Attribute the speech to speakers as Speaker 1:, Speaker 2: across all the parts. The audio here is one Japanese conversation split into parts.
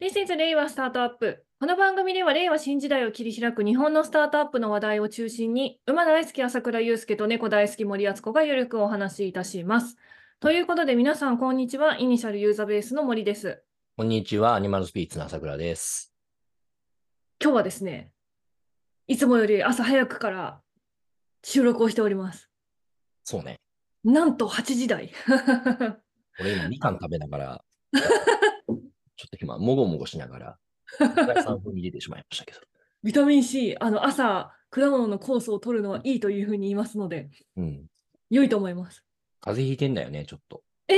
Speaker 1: This is 令和スタートアップ。この番組では令和新時代を切り開く日本のスタートアップの話題を中心に、馬大好き朝倉祐介と猫大好き森敦子がゆるくお話しいたします。ということで皆さん、こんにちは。イニシャルユーザーベースの森です。
Speaker 2: こんにちは、アニマルスピーツの朝倉です。
Speaker 1: 今日はですね、いつもより朝早くから収録をしております。
Speaker 2: そうね。
Speaker 1: なんと8時台。
Speaker 2: 俺今みかん食べながら、ちょっと今、もごもごしながら、3分に出てしまいましたけど。
Speaker 1: ビタミン C、あの朝、果物の酵素を取るのはいいというふうに言いますので、
Speaker 2: うん。
Speaker 1: 良いと思います。
Speaker 2: 風邪ひいてんだよね、ちょっと。
Speaker 1: え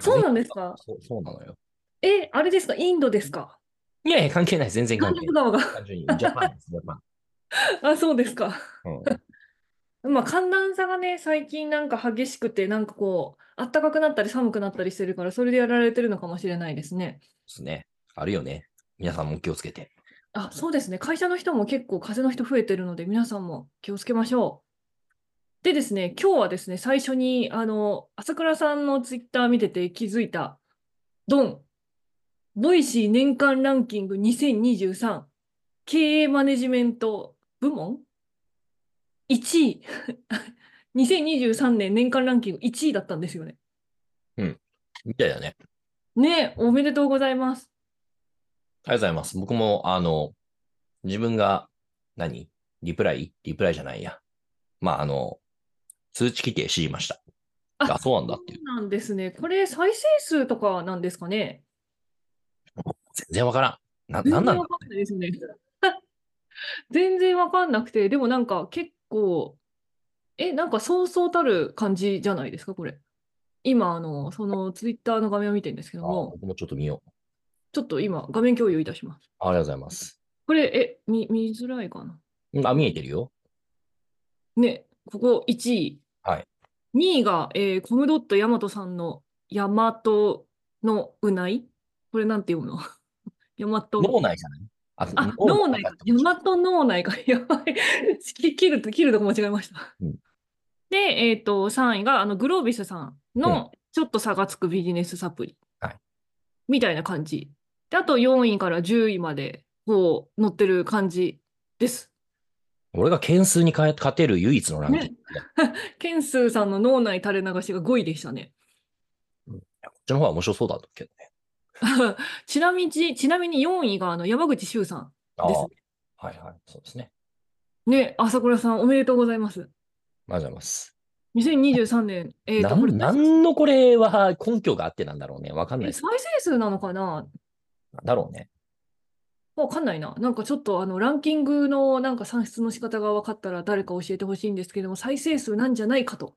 Speaker 1: そうなん
Speaker 2: 風邪
Speaker 1: ですか
Speaker 2: そうそうなのよ。
Speaker 1: え、あれですかインドですか
Speaker 2: いやいや、関係ないです。全然
Speaker 1: 韓
Speaker 2: 関係
Speaker 1: 国
Speaker 2: ない。
Speaker 1: 側 が。
Speaker 2: 単純に、ジャパンです、ジャパン。
Speaker 1: あ、そうですか。
Speaker 2: うん、
Speaker 1: まあ、寒暖差がね、最近なんか激しくて、なんかこう、暖かくなったり寒くなったりしてるから、それでやられてるのかもしれないですね。
Speaker 2: ですね。あるよね。皆さんも気をつけて。
Speaker 1: あ、そうですね。会社の人も結構風邪の人増えてるので、皆さんも気をつけましょう。でですね、今日はですね、最初に、あの、朝倉さんのツイッター見てて気づいた、ドン、ボイシー年間ランキング2023、経営マネジメント部門 ?1 位。2023年年間ランキング1位だったんですよね。
Speaker 2: みたいだね。
Speaker 1: ねえ、おめでとうございます。
Speaker 2: ありがとうございます。僕も、あの、自分が何、リプライリプライじゃないや。まあ、あの、通知規定知りました。
Speaker 1: あ
Speaker 2: あ、そうなんだ
Speaker 1: そ
Speaker 2: っていう。
Speaker 1: うなんですね。これ、再生数とかなんですかね。
Speaker 2: 全然わからん。な、
Speaker 1: 全
Speaker 2: な
Speaker 1: 然
Speaker 2: んなんだ
Speaker 1: わかんないですよね。 全然わかんなくて、でもなんか結構、え、なんかそうそうたる感じじゃないですか、これ。今、あの、そのツイッターの画面を見てるんですけど
Speaker 2: あー
Speaker 1: も、
Speaker 2: 僕もちょっと見よう。
Speaker 1: ちょっと今、画面共有いたします。
Speaker 2: ありがとうございます。
Speaker 1: これ、え、見、見づらいかな。
Speaker 2: うんあ、見えてるよ。
Speaker 1: ね、ここ1位。
Speaker 2: はい
Speaker 1: 2位が、えーコムドットヤマトさんのヤマトのうないこれなんて読むの ヤマト。
Speaker 2: 脳内じゃないあ
Speaker 1: あ、脳内
Speaker 2: だ
Speaker 1: か
Speaker 2: っ。た
Speaker 1: ヤマト脳内か。やばい。 き切ると、切るとこ間違えました。
Speaker 2: うん
Speaker 1: で、えっ、と、3位が、あの、グロービスさんの、ちょっと差がつくビジネスサプリ。
Speaker 2: はい
Speaker 1: みたいな感じ。で、あと4位から10位まで、こう、載ってる感じです。
Speaker 2: 俺が件数にかえ勝てる唯一のランキング。
Speaker 1: ねケンスーさんの脳内垂れ流しが5位でしたね。
Speaker 2: こっちの方が面白そうだったけどね。
Speaker 1: ちなみに、ちなみに4位が、あの、山口周さ
Speaker 2: あ
Speaker 1: んです
Speaker 2: ーはいはい。そうですね。
Speaker 1: ね。ね、朝倉さん、おめでとうございます。
Speaker 2: ありがとうございます。
Speaker 1: 2023年、えっと、
Speaker 2: な
Speaker 1: これ
Speaker 2: んなんのこれは根拠があってなんだろうね。わかんな
Speaker 1: え
Speaker 2: いです。
Speaker 1: 再生数なのかな
Speaker 2: だろうね。
Speaker 1: わかんないな。なんかちょっとあのランキングのなんか算出の仕方が分かったら誰か教えてほしいんですけども、再生数なんじゃないかと。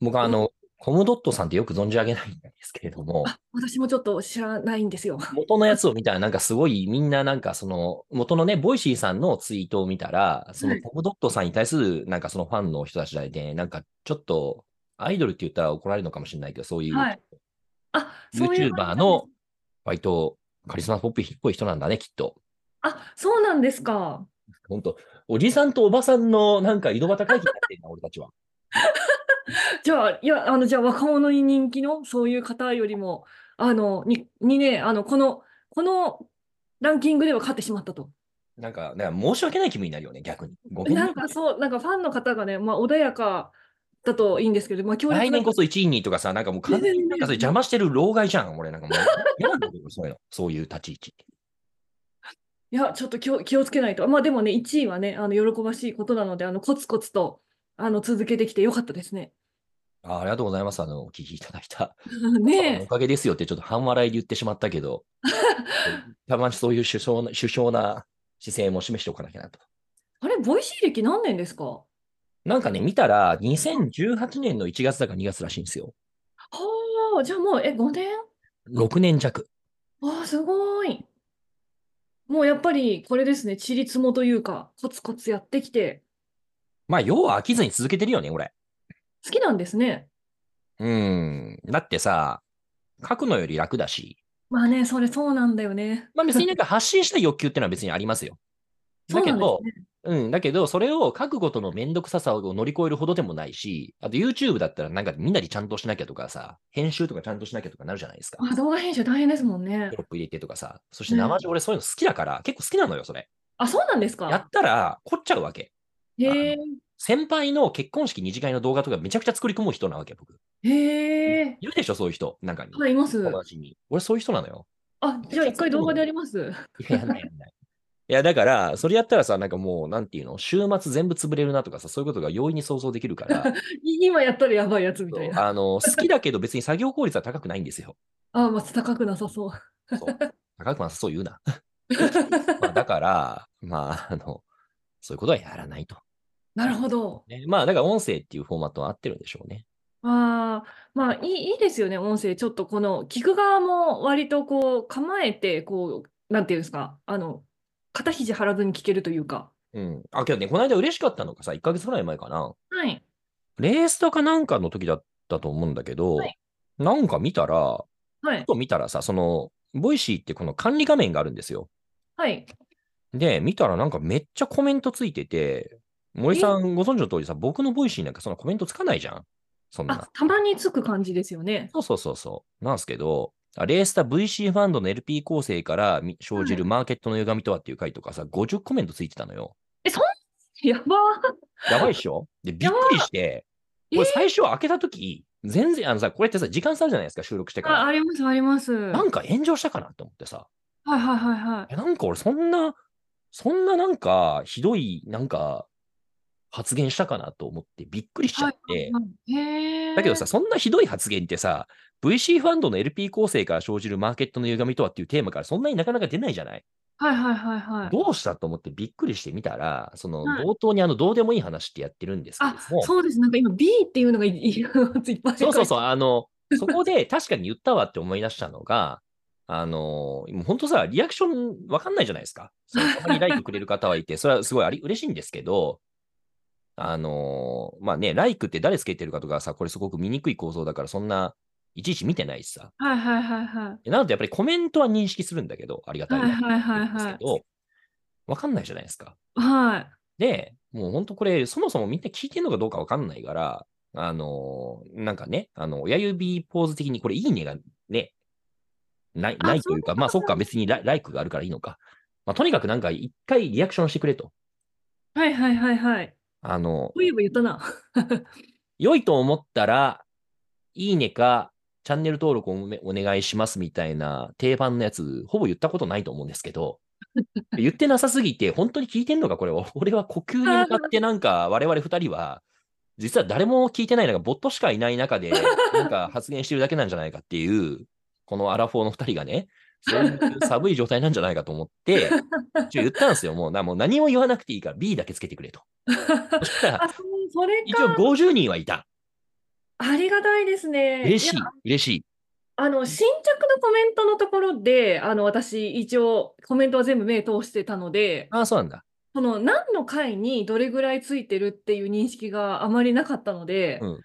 Speaker 2: 僕あの、コムドットさんってよく存じ上げないんですけれども、
Speaker 1: あ、私もちょっと知らないんですよ。
Speaker 2: 元のやつを見たら、なんかすごいみんななんかその、元のね、ボイシーさんのツイートを見たら、そ
Speaker 1: は
Speaker 2: の
Speaker 1: い
Speaker 2: コムドットさんに対するなんかそのファンの人たちで、なんかちょっと、アイドルって言ったら怒られるのかもしれないけど、そういう、
Speaker 1: はい。あ、そういう感じなんで
Speaker 2: YouTuber
Speaker 1: す
Speaker 2: の割とカリスマポップっぽい人なんだね、きっと。
Speaker 1: あ、そうなんですか。
Speaker 2: 本当おじさんとおばさんのなんか井戸端会議になってんな、俺たちは。
Speaker 1: じゃあ、いや、あの、じゃあ若者に人気のそういう方よりも、あの、に、にね、あの、この、このランキングでは勝ってしまったと。
Speaker 2: なんか、なんか申し訳ない気分になるよね、逆に。ごめん
Speaker 1: な
Speaker 2: ね
Speaker 1: ん。かそう、なんかファンの方がね、まあ穏やかだといいんですけど、まあ強烈
Speaker 2: 来
Speaker 1: な
Speaker 2: 年こそ1位にとかさ、なんかもう完全になんかそれ邪魔してる老害じゃん、俺なんかもう。嫌なんだけど、そういうの。そういう立ち位置。
Speaker 1: いや、ちょっと気を、気をつけないと。まあでもね、1位はね、あの喜ばしいことなので、あのコツコツとあの続けてきてよかったですね。
Speaker 2: あありがとうございます。あの、お聞きいただいた。お
Speaker 1: ね
Speaker 2: かげですよってちょっと半笑いで言ってしまったけ ど、たまにそういう首相な首相な姿勢も示しておかなきゃなと。
Speaker 1: あれ、ボイシー歴何年ですかは
Speaker 2: なんかね、見たら2018年の1月だか2月らしいんですよ。
Speaker 1: あ、じゃあもう、え、5年
Speaker 2: 6年弱。
Speaker 1: ああ、すごい。もうやっぱりこれですね、ちりつもというか、コツコツやってきて、
Speaker 2: まあ、要は飽きずに続けてるよね、俺。
Speaker 1: 好きなんですね。
Speaker 2: うん。だってさ、書くのより楽だし、
Speaker 1: まあね、それそうなんだよね。
Speaker 2: まあ別になんか発信したい欲求ってのは別にありますよ。
Speaker 1: そう
Speaker 2: だけ
Speaker 1: なんで
Speaker 2: ど
Speaker 1: す、ね。
Speaker 2: うん、だけど、それを書くことのめんどくささを乗り越えるほどでもないし、あと YouTube だったらなんかみんなでちゃんとしなきゃとかさ、編集とかちゃんとしなきゃとかなるじゃないですか。
Speaker 1: あ動画編集大変ですもんね
Speaker 2: テ。ロップ入れてとかさ、そして生地俺そういうの好きだから、結構好きなのよ、それ。
Speaker 1: あ、そうなんです
Speaker 2: やっ
Speaker 1: か。
Speaker 2: たら凝っちゃうわけ。
Speaker 1: へえ、
Speaker 2: 先輩の結婚式二次会の動画とかめちゃくちゃ作り込む人なわけ、僕。
Speaker 1: へえ。
Speaker 2: いるでしょ、そういう人。なんかに。
Speaker 1: はい、います。
Speaker 2: 友達に。俺そういう人なのよ。
Speaker 1: あ、じゃあ一回動画でやります。
Speaker 2: いや、やんないやんない。いや、だから、それやったらさ、なんかもう、なんていうの、週末全部潰れるなとかさ、そういうことが容易に想像できるから、
Speaker 1: い今やったらやばいやつみたいな。
Speaker 2: あの、好きだけど別に作業効率は高くないんですよ。
Speaker 1: あ、まあ、高くなさ そう。
Speaker 2: そう高くはそう言うな。 まあだから、まあ、あの、そういうことはやらないと。
Speaker 1: なるほど。
Speaker 2: ね、まあ、だから音声っていうフォーマットは合ってるんでしょうね。
Speaker 1: ああ、まあいい、いいですよね、音声。ちょっとこの、聞く側も割とこう、構えて、こう、なんていうんですか、あの、肩肘張らずに聞けるというか。
Speaker 2: うん。あ、けどね、この間嬉しかったのがさ、1ヶ月ぐらい前かな。
Speaker 1: はい。
Speaker 2: レースとかなんかの時だったと思うんだけど、
Speaker 1: はい
Speaker 2: なんか見たら、
Speaker 1: は
Speaker 2: ふ
Speaker 1: い。
Speaker 2: と見たらさ、その、ボイシーってこの管理画面があるんですよ。
Speaker 1: はい。
Speaker 2: で、見たらなんかめっちゃコメントついてて、森さんご存知の通りさ、僕のボイシーなんかそんなコメントつかないじゃん。そんな
Speaker 1: あ、。たまにつく感じですよね。
Speaker 2: そうそうそうそう。なんですけど、あレースタ VC ファンドの LP 構成からみ生じるマーケットの歪みとはっていう回とかさ、50コメントついてたのよ。
Speaker 1: やばー。
Speaker 2: やばいっしょで、びっ
Speaker 1: やば
Speaker 2: くりして、
Speaker 1: えー
Speaker 2: 俺最初開けたとき、全然、あのさ、これってさ、時間差あるじゃないですか、収録してか
Speaker 1: あ、
Speaker 2: ら。
Speaker 1: あります、あります。
Speaker 2: な
Speaker 1: はい
Speaker 2: んか炎上したかなって思ってさ、
Speaker 1: はいはいはい。
Speaker 2: えなんか俺そんな、そんななんか、ひどい、なんか、発言したかなと思って、びっくりしちゃって、
Speaker 1: はいへえ。
Speaker 2: だけどさ、、そんなひどい発言ってさ、VC ファンドの LP 構成から生じるマーケットの歪みとはっていうテーマからそんなになかなか出ないじゃない
Speaker 1: はいはいはいはい。
Speaker 2: どうしたと思ってびっくりしてみたら、その
Speaker 1: はい
Speaker 2: 冒頭にあのどうでもいい話ってやってるんですけれども、
Speaker 1: そうです。なんか今 B っていうのがいいいっぱい
Speaker 2: そうそう
Speaker 1: う。
Speaker 2: そう、あの、そこで確かに言ったわって思い出したのが、あの、もう本当さ、リアクションわかんないじゃないですか。そのたまにライクくれる方はいて、それはすごいあり嬉しいんですけど、あの、まあね、ライクって誰つけてるかとかさ、これすごく見にくい構造だから、そんないちいち見てないしさ。
Speaker 1: はいはいはいはい。
Speaker 2: なのでやっぱりコメントは認識するんだけど、ありがたい
Speaker 1: はい
Speaker 2: な
Speaker 1: はいはい
Speaker 2: です
Speaker 1: は
Speaker 2: け
Speaker 1: い。
Speaker 2: ど、わかんないじゃないですか。
Speaker 1: はい。
Speaker 2: で、もう本当これ、そもそもみんな聞いてるのかどうかわかんないから、あのーなんかね、あの、親指ポーズ的にこれ、いいねがね、ない、
Speaker 1: あ
Speaker 2: ないという
Speaker 1: そ
Speaker 2: か、
Speaker 1: う
Speaker 2: まあそっか、別にラライクがあるからいいのか。まあとにかくなんか一回リアクションしてくれと。
Speaker 1: はいはいはいはい。
Speaker 2: あの、
Speaker 1: そういえば言ったな。
Speaker 2: 良いと思ったら、いいねか、チャンネル登録をおめお願いしますみたいな定番のやつ、ほぼ言ったことないと思うんですけど、言ってなさすぎて、本当に聞いてんのか、これは。俺は呼吸に向かって、なんか、我々二人は、実は誰も聞いてない、なんか、ボットしかいない中で、なんか発言してるだけなんじゃないかっていう、このアラフォーの二人がね、そういう寒い状態なんじゃないかと思って、一応言ったんですよ。もうな、もう何も言わなくていいから、B だけつけてくれと。そした ら、
Speaker 1: あ、そうそれ
Speaker 2: 一応
Speaker 1: か。
Speaker 2: 50人はいた。
Speaker 1: ありがたいですね。
Speaker 2: 嬉しい
Speaker 1: や、
Speaker 2: 嬉しい。
Speaker 1: あの、新着のコメントのところで、あの、私、一応、コメントは全部目通してたので、
Speaker 2: ああ、そうなんだ。
Speaker 1: その、何の回にどれぐらいついてるっていう認識があまりなかったので
Speaker 2: うん、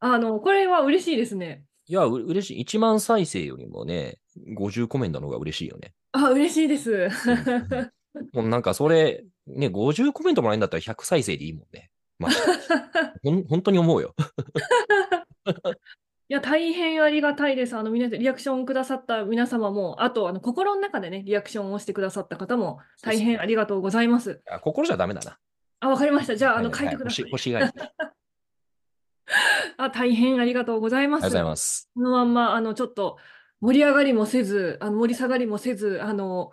Speaker 1: あの、これは嬉しいですね。
Speaker 2: いや、う嬉しい。1万再生よりもね、50コメントの方が嬉しいよね。
Speaker 1: あ、嬉しいです。
Speaker 2: もうなんかそれ、ね、50コメントもらえるんだったら100再生でいいもんね。 まあ、ほん本当に思うよ。
Speaker 1: いや、大変ありがたいです。あの、皆さん、リアクションくださった皆様も、あと、あの、心の中でね、リアクションをしてくださった方も、
Speaker 2: そう
Speaker 1: 大変ありがとうございます。
Speaker 2: あ心じゃダメだな。
Speaker 1: あ、わかりました。じゃあ、あの、
Speaker 2: は
Speaker 1: 書いてくだ
Speaker 2: は
Speaker 1: さい。
Speaker 2: 星星がいい。ありがと
Speaker 1: あ、大変ありがとうございま
Speaker 2: うござい
Speaker 1: す。
Speaker 2: ます。
Speaker 1: このまんま、あの、ちょっと、盛り上がりもせず、あの、盛り下がりもせず、あの、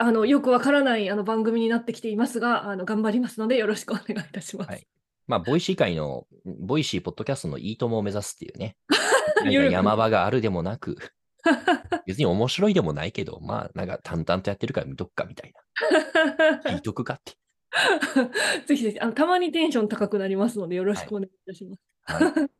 Speaker 1: あの、よくわからない、あの、番組になってきていますが、あの、頑張りますので、よろしくお願いいたします。
Speaker 2: はいまあ、ボイシー界の、ボイシーポッドキャストのいいともを目指すってい うね。なんか
Speaker 1: ゆるく
Speaker 2: 山場があるでも なく、別に面白いでもないけど、まあ、なんか淡々とやってるから見とくかみたい な。聞いとくかって。
Speaker 1: ぜひぜひ、あの、たまにテンション高くなりますので、よろしくお願いいたします。
Speaker 2: はい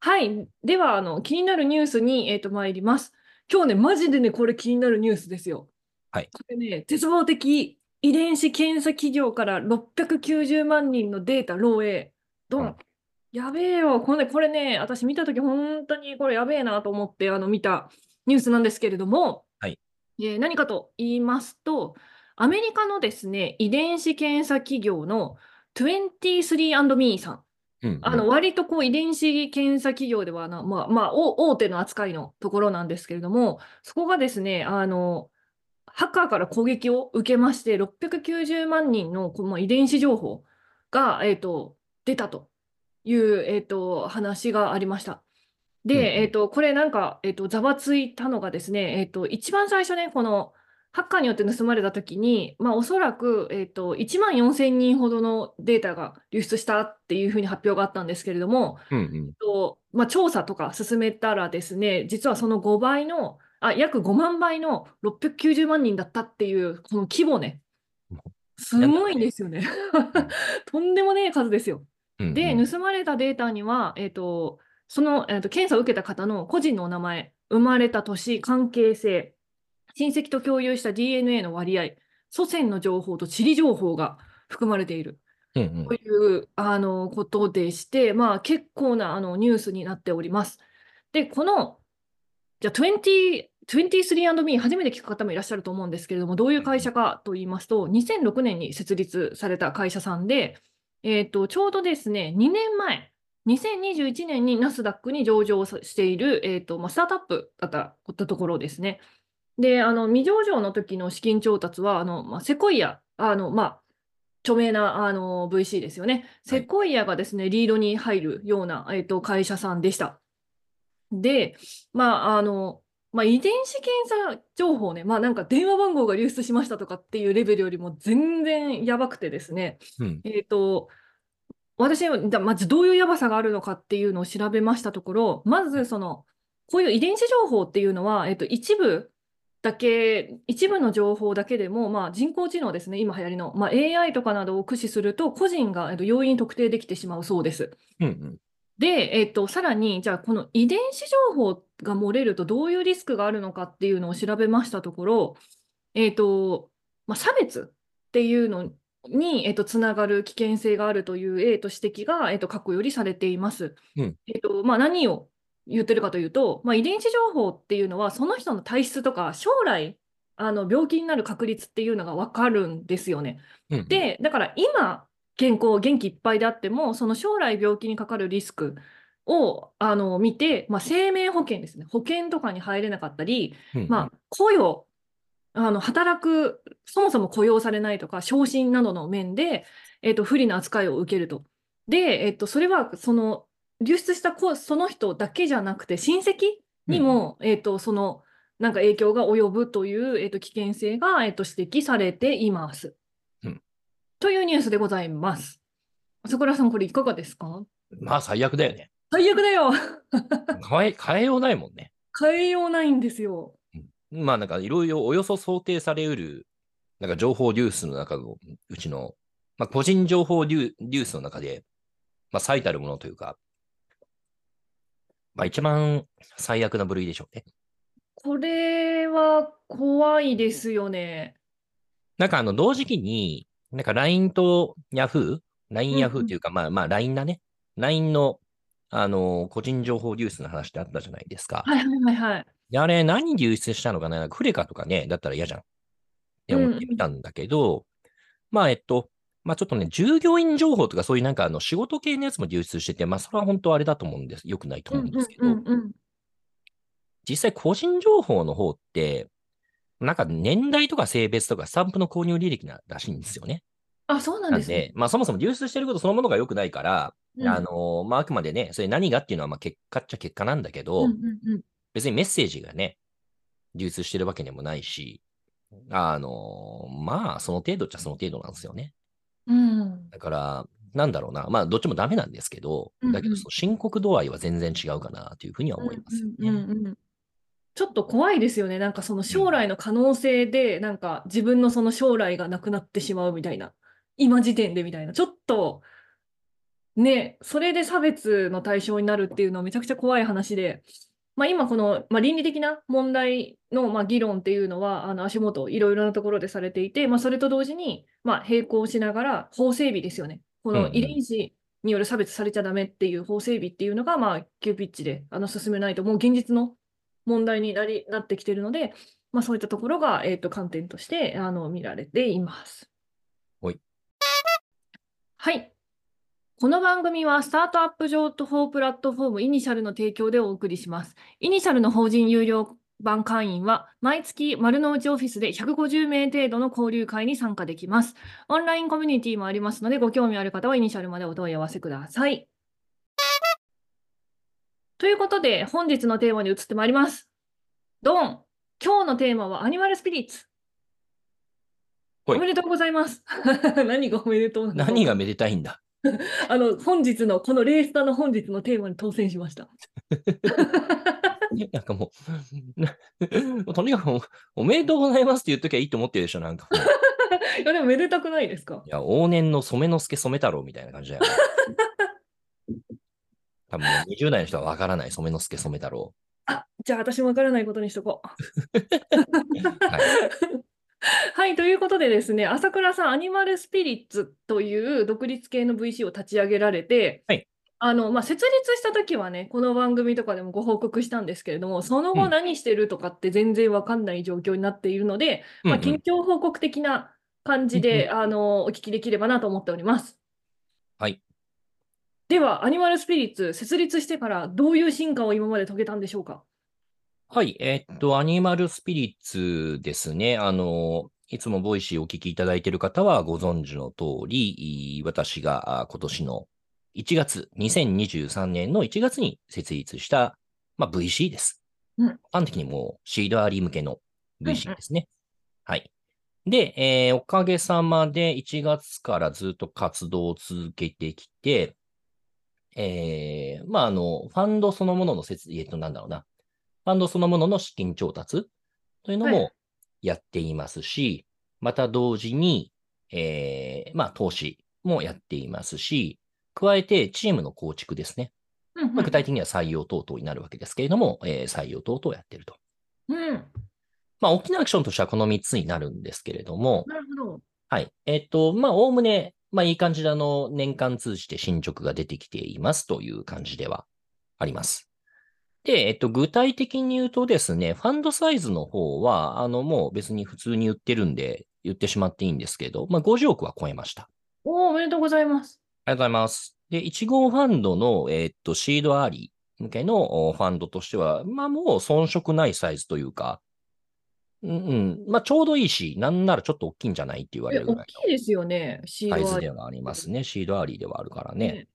Speaker 1: はい。では、あの、気になるニュースに、えっと、参ります。今日ね、マジでね、これ気になるニュースですよ。
Speaker 2: はい
Speaker 1: これね、絶望的遺伝子検査企業から690万人のデータ漏洩。どうな
Speaker 2: うん
Speaker 1: やべえよ。これね、これね、私見たとき、本当にこれやべえなと思って、あの、見たニュースなんですけれども、
Speaker 2: はい
Speaker 1: えー何かと言いますと、アメリカのですね、遺伝子検査企業の 23andMe さん。
Speaker 2: うん、
Speaker 1: あの、割とこう遺伝子検査企業ではな、まあまあ、お大手の扱いのところなんですけれども、そこがですね、あのハッカーから攻撃を受けまして、690万人のこの遺伝子情報が、えー、と出たという、えー、と話がありました。
Speaker 2: うんうん
Speaker 1: で、えー、とこれなんか、えー、とざわついたのがですね、えー、と一番最初ね、このハッカーによって盗まれたときに、まあ、おそらく、えー、と1万4000人ほどのデータが流出したっていうふうに発表があったんですけれども、
Speaker 2: うんうん、
Speaker 1: とまあ、調査とか進めたらですね、実はその5倍の、あ約5万倍の690万人だったっていう、この規模ね、すごいんですよね。 とんでもねえ数ですよ。
Speaker 2: うんうん。
Speaker 1: で、盗まれたデータには、えー、とその、えー、と検査を受けた方の個人のお名前、生まれた年、関係性、親戚と共有した DNA の割合、祖先の情報と地理情報が含まれている
Speaker 2: うんうん
Speaker 1: というあのことでして、まあ、結構なあのニュースになっております。で、このじゃあ20 23&me 初めて聞く方もいらっしゃると思うんですけれども、どういう会社かと言いますと、2006年に設立された会社さんで、えー、とちょうどですね、2年前、2021年にナスダックに上場さしている、えーとまあ、スタートアップだったことところですね。で、あの未上場の時の資金調達は、あのまあ、セコイア、あのまあ、著名なあの VC ですよね、セコイアがですね、リードに入るような、えー、と会社さんでした。で、まああのまあ、遺伝子検査情報ね、まあ、なんか電話番号が流出しましたとかっていうレベルよりも全然やばくてですね、
Speaker 2: うん
Speaker 1: えー、と私はだまずどういうやばさがあるのかっていうのを調べましたところ、まずそのこういう遺伝子情報っていうのは、えー、と一部だけ、一部の情報だけでも、まあ、人工知能ですね、今流行りの、まあ、AI とかなどを駆使すると、個人が、えー、と容易に特定できてしまうそうです。
Speaker 2: うんうん
Speaker 1: で、えっと、さらに、じゃあ、この遺伝子情報が漏れるとどういうリスクがあるのかっていうのを調べましたところ、えっと、まあ、差別っていうのに、えっと、つながる危険性があるという、えっと、指摘が、えっと、過去よりされています。
Speaker 2: うん
Speaker 1: えっと、まあ、何を言ってるかというと、まあ、遺伝子情報っていうのは、その人の体質とか、将来、あの、病気になる確率っていうのがわかるんですよね。
Speaker 2: うんうん、
Speaker 1: で、だから今、健康、元気いっぱいであっても、その将来病気にかかるリスクをあの見て、まあ、生命保険ですね、保険とかに入れなかったり、
Speaker 2: うんうん、
Speaker 1: まあ、雇用、あの働く、そもそも雇用されないとか、昇進などの面で、えっと不利な扱いを受けると。で、えっとそれはその流出した子その人だけじゃなくて、親戚にも、えっとそのなんか影響が及ぶという、えっと危険性が、えっと指摘されています、
Speaker 2: うん
Speaker 1: というニュースでございます。朝倉さん、これいかがですか
Speaker 2: まあ最悪だよね。
Speaker 1: 最悪だよ
Speaker 2: 変え、変えようないもんね。
Speaker 1: 変えようないんですよ。
Speaker 2: まあなんかいろいろおよそ想定されうる、なんか情報流出の中のうちの、まあ個人情報流流出の中で、まあ最たるものというか、まあ一番最悪な部類でしょうね。
Speaker 1: これは怖いですよね。
Speaker 2: なんかあの同時期に、なんか LINE と Yahoo、LINE
Speaker 1: うんうん
Speaker 2: Yahoo っていうか、まあまあ LINE だね。LINE の、あの、個人情報流出の話ってあったじゃないですか。
Speaker 1: はいはいはいはい。
Speaker 2: であれ、何流出したのかななんかフレカとかね、だったら嫌じゃん。って思ってみたんだけど、まあ、えっと、まあちょっとね、従業員情報とかそういうなんかあの仕事系のやつも流出してて、まあそれは本当あれだと思うんです。良くないと
Speaker 1: う
Speaker 2: 思
Speaker 1: ん
Speaker 2: うんですけ
Speaker 1: う
Speaker 2: ど
Speaker 1: ん、うん
Speaker 2: 実際個人情報の方って、なんか年代とか性別とかスタンプの購入履歴ならしいんですよね。
Speaker 1: あ、そうなん
Speaker 2: な
Speaker 1: で
Speaker 2: ん
Speaker 1: すね
Speaker 2: で。、まあそもそも流出してることそのものが良くないから、
Speaker 1: うん
Speaker 2: あのーまああくまでね、それ何がっていうのはまあ結果っちゃ結果なんだけど、
Speaker 1: うんうんうん
Speaker 2: 別にメッセージがね、流通してるわけでもないし、あの、まあ、その程度っちゃその程度なんですよね。
Speaker 1: うん
Speaker 2: だから、なんだろうな、まあ、どっちもダメなんですけど、
Speaker 1: うんうん
Speaker 2: だけど、その深刻度合いは全然違うかなというふうには思いますよ
Speaker 1: うん
Speaker 2: ね。
Speaker 1: うんうんうんちょっと怖いですよね。なんかその将来の可能性で、なんか自分のその将来がなくなってしまうみたいな。今時点でみたいな。ちょっと、ね、それで差別の対象になるっていうのはめちゃくちゃ怖い話で、まあ、今この、まあ、倫理的な問題の、まあ、議論っていうのは、あの足元いろいろなところでされていて、まあ、それと同時に、まあ、並行しながら法整備ですよね。こ
Speaker 2: うんう
Speaker 1: の
Speaker 2: ん
Speaker 1: 遺伝子による差別されちゃダメっていう法整備っていうのが、まあ、急ピッチであの進めないと、もう現実の問題になりなってきているので、ままあ、そういったところが、えっと観点としてあの見られています。
Speaker 2: ほい
Speaker 1: はい。この番組はスタートアップ情報プラットフォームイニシャルの提供でお送りします。イニシャルの法人有料版会員は毎月丸の内オフィスで150名程度の交流会に参加できます。オンラインコミュニティもありますので、ご興味ある方はイニシャルまでお問い合わせください。ということで、本日のテーマに移ってまいります。ドン今日のテーマはアニマルスピリッツ。
Speaker 2: ほい
Speaker 1: おめでとうございます。 何がおめでとうなの
Speaker 2: 何がめでたいんだ
Speaker 1: あの、本日の、このレースターの本日のテーマに当選しま した。
Speaker 2: なんかもう、 なとにかくもうおめでとうございますって言っときゃいいと思ってるでしょ、な んかもう。
Speaker 1: いや、でもめでたくないですか
Speaker 2: いや、往年の染之助染太郎みたいな感じだよね。 多分もう20代の人はわからない染之助染太郎。
Speaker 1: あ、じゃあ私もわからないことにしとこう。
Speaker 2: はい、
Speaker 1: はい、ということでですね、朝倉さん、アニマルスピリッツという独立系の VC を立ち上げられて、
Speaker 2: はい
Speaker 1: あのまあ、設立した時はね、この番組とかでもご報告したんですけれども、その
Speaker 2: う
Speaker 1: 後
Speaker 2: ん
Speaker 1: 何してるとかって全然わかんない状況になっているので、
Speaker 2: うん
Speaker 1: ま
Speaker 2: う
Speaker 1: あ、
Speaker 2: ん
Speaker 1: 近況報告的な感じで、あのお聞きできればなと思っております。
Speaker 2: はい
Speaker 1: では、アニマルスピリッツ、設立してからどういう進化を今まで遂げたんでしょうか。
Speaker 2: はい、えーっと、アニマルスピリッツですね。あの、いつもボイシーお聞きいただいている方はご存知の通り、い私があ今年の1月、2023年の1月に設立した、まあ、VC です。
Speaker 1: うん
Speaker 2: 一般的にもうシードアリー向けの
Speaker 1: うんう
Speaker 2: VC
Speaker 1: ん
Speaker 2: ですね。はい。で、えーおかげさまで1月からずっと活動を続けてきて、えーまあ、あの、ファンドそのものの設、えっと、なんだろうな。ファンドそのものの資金調達というの
Speaker 1: は
Speaker 2: もやっていますし、また同時に、えーまあ、投資もやっていますし、加えてチームの構築ですね。
Speaker 1: うん
Speaker 2: まあ具体的には採用等々になるわけですけれども、えー採用等々をやっていると。
Speaker 1: うんうん、
Speaker 2: まあ、大きなアクションとしてはこの3つになるんですけれども、
Speaker 1: なるほど。
Speaker 2: はい。えっと、まあ、おおむね、まあ、いい感じで、あの、年間通じて進捗が出てきていますという感じではあります。で、えっと、具体的に言うとですね、ファンドサイズの方は、あの、もう別に普通に言ってるんで、言ってしまっていいんですけど、まあ、50億は超えました。
Speaker 1: おーおめでとうございます。
Speaker 2: ありがとうございます。で、1号ファンドの、えっと、シードアーリー向けのおファンドとしては、まあ、もう遜色ないサイズというか、うんうん、まあ、ちょうどいいし、なんならちょっと大きいんじゃないって言われ
Speaker 1: え
Speaker 2: るぐ
Speaker 1: 大
Speaker 2: らいの
Speaker 1: きいですよね、シー
Speaker 2: サイ
Speaker 1: ド
Speaker 2: ズ
Speaker 1: ア
Speaker 2: で
Speaker 1: リ
Speaker 2: はありますね。シードアーリーではあるから
Speaker 1: ー
Speaker 2: ね。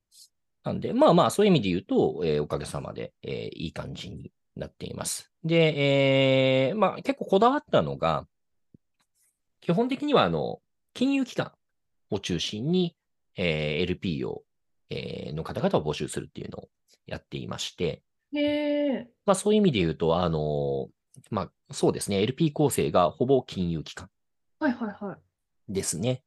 Speaker 2: なんで、まあまあ、そういう意味で言うと、えーおかげさまで、えーいい感じになっています。で、えーまあ、結構こだわったのが、基本的には、あの、金融機関を中心に、えー LP を、えーの方々を募集するっていうのをやっていまして、
Speaker 1: へえ。
Speaker 2: まあ、そういう意味で言うと、あのまあ、そうですね、LP 構成がほぼ金融機関
Speaker 1: はいはいはい。
Speaker 2: ですね。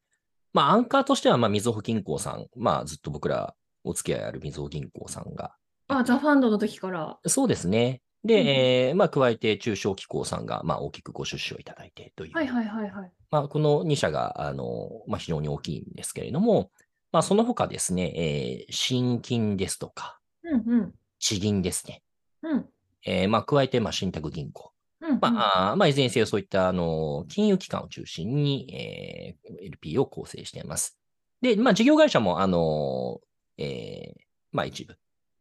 Speaker 2: まあ、アンカーとしては、まあ、みずほ銀行さん、まあ、ずっと僕らお付き合いあるみずほ銀行さんが。
Speaker 1: あ、ザ・ファンドの時から。
Speaker 2: そうですね。
Speaker 1: う
Speaker 2: で、
Speaker 1: ん
Speaker 2: えーまあ、加えて中小機構さんが、まあ、大きくご出資をいただいてという。
Speaker 1: はいはいはいはい。
Speaker 2: まあ、この2社が、あの、まあ、非常に大きいんですけれども、まあ、その他ですね、えー新金ですとか、
Speaker 1: うんうん。
Speaker 2: 地銀ですね。
Speaker 1: うん
Speaker 2: えーまあ、加えて、まあ、信託銀行。
Speaker 1: うん。
Speaker 2: まあ、あーまあ、いずれにせよそういった、あの、金融機関を中心に、えー LP を構成しています。で、まあ、事業会社も、あの、えーまあ、一部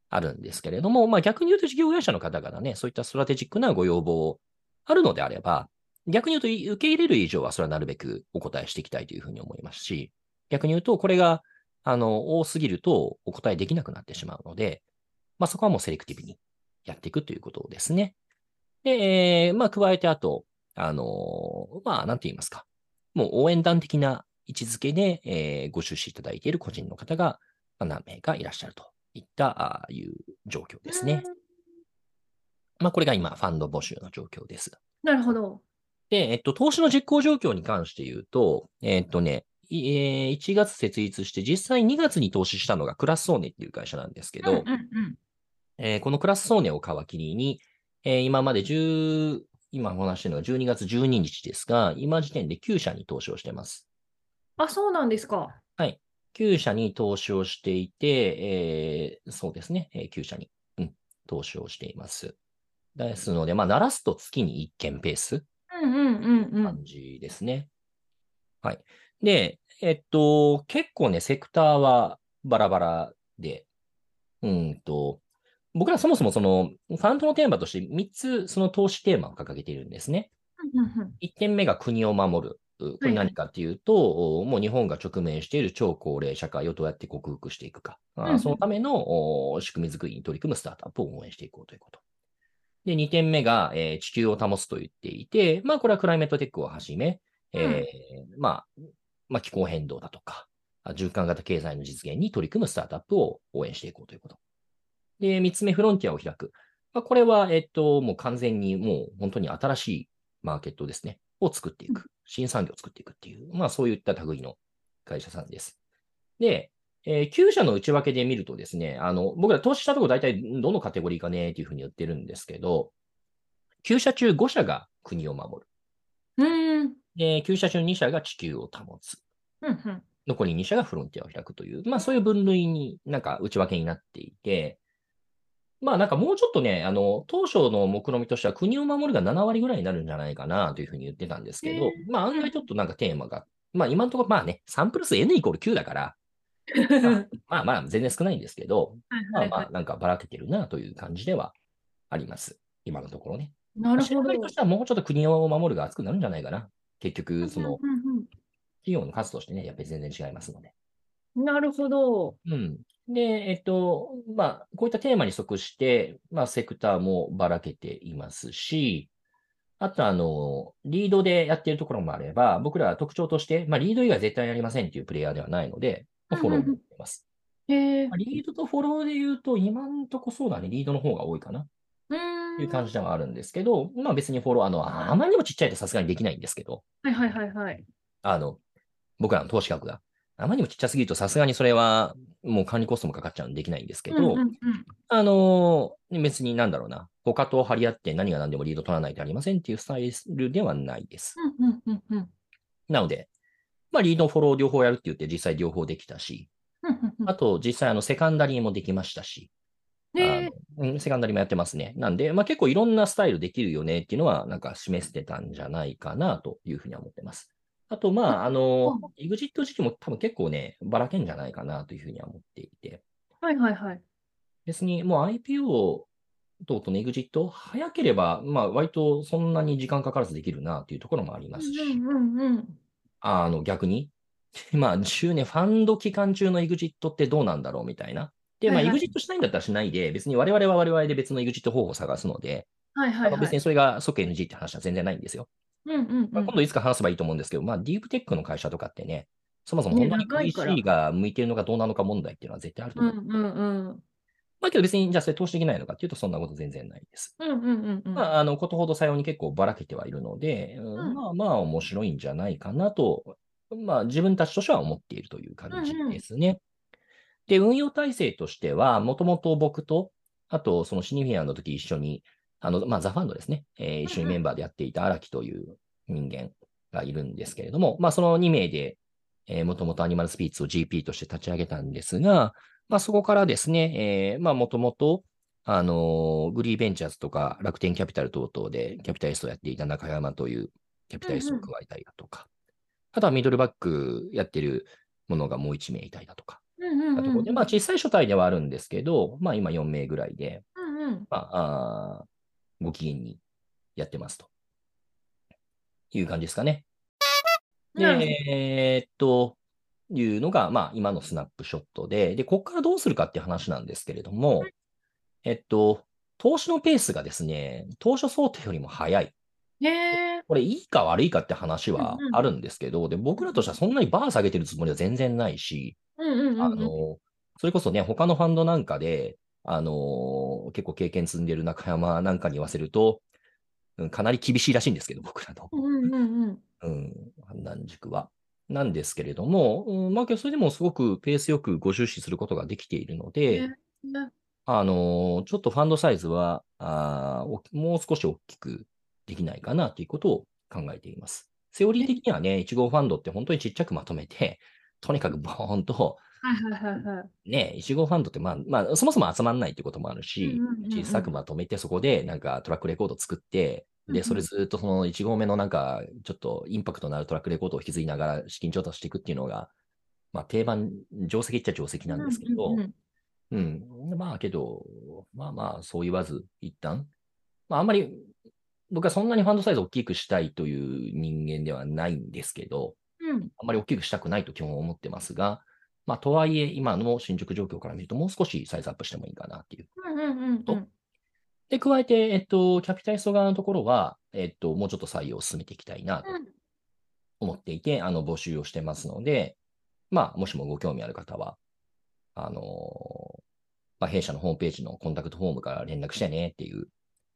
Speaker 2: あるんですけれども、まあ、逆に言うと事業会社の方々ね、そういったストラテジックなご要望あるのであれば、逆に言うと、受け入れる以上は、それはなるべくお答えしていきたいというふうに思いますし、逆に言うと、これが、あの、多すぎるとお答えできなくなってしまうので、まあ、そこはもうセレクティブにやっていくということですね。で、えーまあ、加えて、あと、あのーまあ、なんて言いますか。もう応援団的な位置づけで、えーご出資いただいている個人の方が、まあ何名かいらっしゃるといった、あーいう状況ですね。
Speaker 1: うん。
Speaker 2: まあ、これが今、ファンド募集の状況です。
Speaker 1: なるほど。
Speaker 2: で、えっと、投資の実行状況に関して言うと、えっとね、いえー1月設立して、実際2月に投資したのがクラスソーネっていう会社なんですけど、
Speaker 1: うんうんうん
Speaker 2: えーこのクラスソーネを皮切りに、えー今まで10、今お話ししてるのが12月12日ですが、今時点で9社に投資をしてます。
Speaker 1: あ、そうなんですか。
Speaker 2: 9社に投資をしていて、えーそうですね、えー9社に、うん、投資をしています。ですので、まあ、鳴らすと月に1件ペース
Speaker 1: うんうんうんうんうん。
Speaker 2: 感じですね。はい。で、えっと、結構ね、セクターはバラバラで、うんと、僕らそもそもその、ファンドのテーマとして3つその投資テーマを掲げているんですね。
Speaker 1: うんうんうん
Speaker 2: 1点目が国を守る。うこれ何かっていうと、おもう日本が直面している超高齢社会をどうやって克服していくか。あー
Speaker 1: うんうん
Speaker 2: そのためのお仕組み作りに取り組むスタートアップを応援していこうということ。で、2点目が、えー地球を保つと言っていて、まあこれはクライメットテックをはじめ、えーまあ、まあ気候変動だとか、あ循環型経済の実現に取り組むスタートアップを応援していこうということ。で、3つ目、フロンティアを開く。まあ、これは、えっと、もう完全にもう本当に新しいマーケットですね、を作っていく、新産業を作っていくっていう、まあそういった類の会社さんです。で、え9社の内訳で見るとですね、あの、僕ら投資したとこ大体どのカテゴリーかねっていうふうに言ってるんですけど、9社中5社が国を守る。
Speaker 1: うん
Speaker 2: で、9社中2社が地球を保つ。
Speaker 1: うんうん
Speaker 2: 残り2社がフロンティアを開くという、まあそういう分類になんか内訳になっていて、まあなんかもうちょっとね、あの、当初の目論見みとしては国を守るが7割ぐらいになるんじゃないかなというふうに言ってたんですけど、
Speaker 1: へ
Speaker 2: まあ案外ちょっとなんかテーマが、まあ今のところまあね、3プラス N イコール9だから、まあまあ全然少ないんですけど、ま
Speaker 1: は
Speaker 2: あ
Speaker 1: い
Speaker 2: ま
Speaker 1: は
Speaker 2: あなんかばらけてるなという感じではあります。今のところね。
Speaker 1: い。な
Speaker 2: まあ
Speaker 1: るほ
Speaker 2: 社
Speaker 1: ど
Speaker 2: 会。としてはもうちょっと国を守るが熱くなるんじゃないかな。結局、その
Speaker 1: うんうん
Speaker 2: 企業の数としてね、やっぱり全然違いますので。
Speaker 1: うんなるほど。
Speaker 2: うん。で、えっと、まあ、こういったテーマに即して、まあ、セクターもばらけていますし、あと、あの、リードでやってるところもあれば、僕らは特徴として、まあ、リード以外絶対やりませんっていうプレイヤーではないので、まあフォローもやってます。
Speaker 1: へえ
Speaker 2: まあ。リードとフォローで言うと、今んとこそうだね、リードの方が多いかな
Speaker 1: うん
Speaker 2: という感じではあるんですけど、まあ、別にフォロー、あの、あまりにもちっちゃいとさすがにできないんですけど、
Speaker 1: はいはいはいはい。
Speaker 2: あの、僕らの投資額が。あまりにもちっちゃすぎると、さすがにそれは、もう管理コストもかかっちゃうんでできないんですけど、
Speaker 1: うんうんうん
Speaker 2: あのー別になんだろうな、他と張り合って何が何でもリード取らないとありませんっていうスタイルではないです。
Speaker 1: うんうんうんうん
Speaker 2: なので、まあ、リード、フォロー両方やるって言って実際両方できたし、
Speaker 1: うんうんうん
Speaker 2: あと実際あのセカンダリーもできましたし、
Speaker 1: ね
Speaker 2: あのうんセカンダリーもやってますね。なんで、まあ、結構いろんなスタイルできるよねっていうのは、なんか示してたんじゃないかなというふうには思ってます。あと、まあ、あのー、EXIT 時期も多分結構ね、ばらけんじゃないかなというふうには思っていて。
Speaker 1: はいはいはい。
Speaker 2: 別にもう IPO 等との EXIT 早ければ、まあ、割とそんなに時間かからずできるなというところもありますし、
Speaker 1: うんうんうん
Speaker 2: あの逆に、 まあ、10年、ファンド期間中の EXIT ってどうなんだろうみたいな。で、まあ、
Speaker 1: はいはい
Speaker 2: EXIT しないんだったらしないで、別に我々は我々で別の EXIT 方法を探すので、
Speaker 1: はいはい
Speaker 2: あの
Speaker 1: は
Speaker 2: 別に
Speaker 1: い。
Speaker 2: それが即 NG って話は全然ないんですよ。
Speaker 1: うんうんう
Speaker 2: まあ、
Speaker 1: ん
Speaker 2: 今度いつか話せばいいと思うんですけど、まあ、ディープテックの会社とかってね、そもそも本当に
Speaker 1: ね長いから
Speaker 2: VC が向いてるのかどうなのか問題っていうのは絶対あると
Speaker 1: う
Speaker 2: 思う。
Speaker 1: んうんうん
Speaker 2: まあ、けど別に、じゃあそれ投資できないのかっていうと、そんなこと全然ないです。
Speaker 1: うんうんうんうん。
Speaker 2: まあ、あの、ことほどさように結構ばらけてはいるので、うん
Speaker 1: うん
Speaker 2: まあまあ面白いんじゃないかなと、まあ自分たちとしては思っているという感じ
Speaker 1: うんうん
Speaker 2: ですね。で、運用体制としては、もともと僕と、あとそのシニフィアの時一緒に、あの、まあザ・ファンドですね、えー一緒にメンバーでやっていた荒木という人間がいるんですけれども、まあその2名で、えー、もともとアニマルスピーツを GP として立ち上げたんですが、まあそこからですね、えーまあもともと、あのーグリーベンチャーズとか楽天キャピタル等々でキャピタリストをやっていた中山というキャピタリストを加えたりだとか、あとはミドルバックやってるものがもう1名いたりだとか、
Speaker 1: うんうんう
Speaker 2: あとこうんでまあ、小さい所帯ではあるんですけど、まあ、今4名ぐらいで、
Speaker 1: うんうん
Speaker 2: まあ、あーご機嫌にやってますという感じですかね。で、
Speaker 1: なるほど
Speaker 2: えーっと、いうのが、まあ、今のスナップショットで、で、ここからどうするかっていう話なんですけれども、えっと、投資のペースがですね、当初想定よりも早い。
Speaker 1: へえ。
Speaker 2: これ、いいか悪いかって話は
Speaker 1: うんうん
Speaker 2: あるんですけど、で、僕らとしてはそんなにバー下げてるつもりは全然ないし、
Speaker 1: うんうんうんうん。
Speaker 2: あの、それこそね、他のファンドなんかで、あの、結構経験積んでる中山なんかに言わせると、うんかなり厳しいらしいんですけど、僕らの。
Speaker 1: うんうんうんうん。
Speaker 2: うん、判断軸は。なんですけれども、うん、まあ、けどそれでもすごくペースよくご出資することができているの
Speaker 1: ね
Speaker 2: で、
Speaker 1: ね
Speaker 2: あのーちょっとファンドサイズはあーおもう少し大きくできないかなということを考えています。セオリー的にはね、1号ファンドって本当にちっちゃくまとめて、とにかくボーンと、
Speaker 1: はいはいはいはい。
Speaker 2: ね、1号ファンドって、まあ、まあ、そもそも集まんないってこともあるし、
Speaker 1: うんうんうんうん
Speaker 2: 小さくまとめて、そこでなんかトラックレコード作って、
Speaker 1: うんう
Speaker 2: で、
Speaker 1: ん
Speaker 2: それずっとその1号目のなんか、ちょっとインパクトのあるトラックレコードを引き継ぎながら資金調達していくっていうのが、まあ定番、定石っちゃ定石なんですけど、
Speaker 1: うんうん
Speaker 2: うん。でまあけど、まあまあ、そう言わず、一旦。まああんまり、僕はそんなにファンドサイズを大きくしたいという人間ではないんですけど、
Speaker 1: うん
Speaker 2: あんまり大きくしたくないと基本思ってますが、まあとはいえ、今の進捗状況から見ると、もう少しサイズアップしてもいいかなっていう。
Speaker 1: うんうんうんうん
Speaker 2: で、加えて、えっと、キャピタリスト側のところは、えっと、もうちょっと採用を進めていきたいなと思っていて、あの、募集をしてますので、まあ、もしもご興味ある方は、あのーまあ、弊社のホームページのコンタクトフォームから連絡してねっていう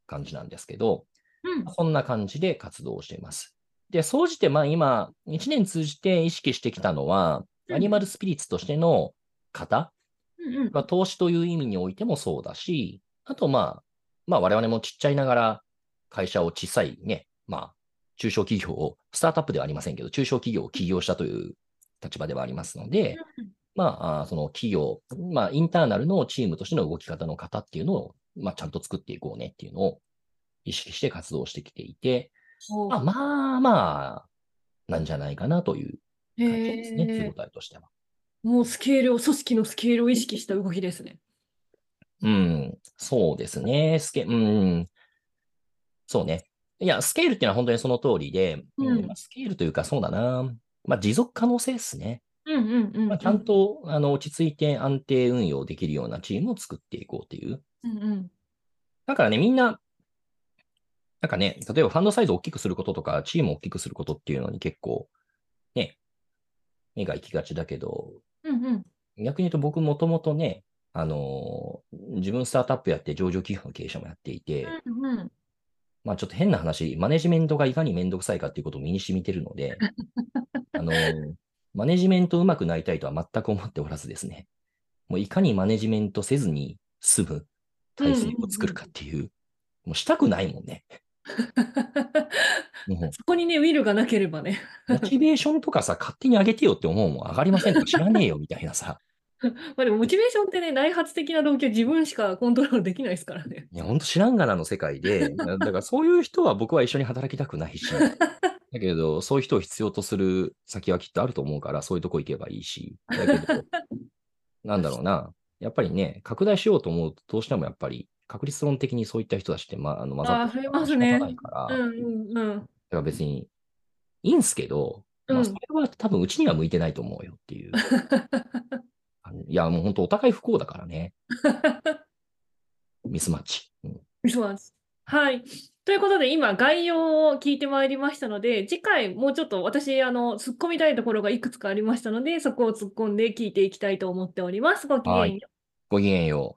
Speaker 2: 感じなんですけど、
Speaker 1: うん
Speaker 2: そんな感じで活動をしています。で、総じて、まあ今、1年通じて意識してきたのは、
Speaker 1: うん
Speaker 2: アニマルスピリッツとしての型、
Speaker 1: うんうん
Speaker 2: まあ、投資という意味においてもそうだし、あとまあ、まあ我々もちっちゃいながら会社を小さいね、まあ中小企業を、スタートアップではありませんけど、中小企業を起業したという立場ではありますので、まあ、あーその企業、まあインターナルのチームとしての動き方の型っていうのを、まあちゃんと作っていこうねっていうのを意識して活動してきていて、
Speaker 1: ほう
Speaker 2: まあまあまあ、なんじゃないかなという感じですね、手
Speaker 1: へ
Speaker 2: 応
Speaker 1: え
Speaker 2: えとしては。
Speaker 1: もうスケールを、組織のスケールを意識した動きですね。
Speaker 2: うん、そうですね。スケ、うん、そうね。いや、スケールっていうのは本当にその通りで、
Speaker 1: うん
Speaker 2: まあスケールというかそうだな。まあ、持続可能性ですね。
Speaker 1: うんうんうんう
Speaker 2: まあ、ちゃんと、あの、落ち着いて安定運用できるようなチームを作っていこうっていう。
Speaker 1: うんうん
Speaker 2: だからね、みんな、なんかね、例えばファンドサイズを大きくすることとか、チームを大きくすることっていうのに結構、ね、目が行きがちだけど、
Speaker 1: うんうん
Speaker 2: 逆に言うと僕もともとね、あの自分スタートアップやって上場企業の経営者もやっていて、
Speaker 1: うんうん
Speaker 2: まあちょっと変な話、マネジメントがいかにめんどくさいかっていうことを身に染みてるので、あの、マネジメントうまくなりたいとは全く思っておらずですね、もういかにマネジメントせずに済む体制を作るかっていう、もうしたくないもんね。も
Speaker 1: そこにね、ウィルがなければね、
Speaker 2: うモチベーションとかさ、勝手に上げてよって思うもん、上がりませんとか知らねえよみたいなさ、
Speaker 1: まあ、でもモチベーションってね、内発的な動機は自分しかコントロールできないですからね。
Speaker 2: いや、ほんと知らんがなの世 界で、だからそういう人は僕は一緒に働きたくないし、だけど、そういう人を必要とする先はきっとあると思うから、そういうとこ行けばいいし、だけ ど、なんだろうな、やっぱりね、拡大しようと思うと、どうしてもやっぱり、確率論的にそういった人たちって、ま、あの混ざって
Speaker 1: あー増え
Speaker 2: るから
Speaker 1: ますね
Speaker 2: 仕方ないから、
Speaker 1: うん
Speaker 2: だ
Speaker 1: うんうん。
Speaker 2: から別に、いいんすけど、ま
Speaker 1: う
Speaker 2: あ、
Speaker 1: ん
Speaker 2: それは多分うちには向いてないと思うよっ ていう。あのいや、もう本当お互い不幸だからね、ミスマッチ。うん
Speaker 1: そうなんです。はい。ということで、今、概要を聞いてまいりましたので、次回、もうちょっと私、あの、突っ込みたいところがいくつかありましたので、そこを突っ込んで聞いていきたいと思っております。ごきげんよう
Speaker 2: はいごきげんよう。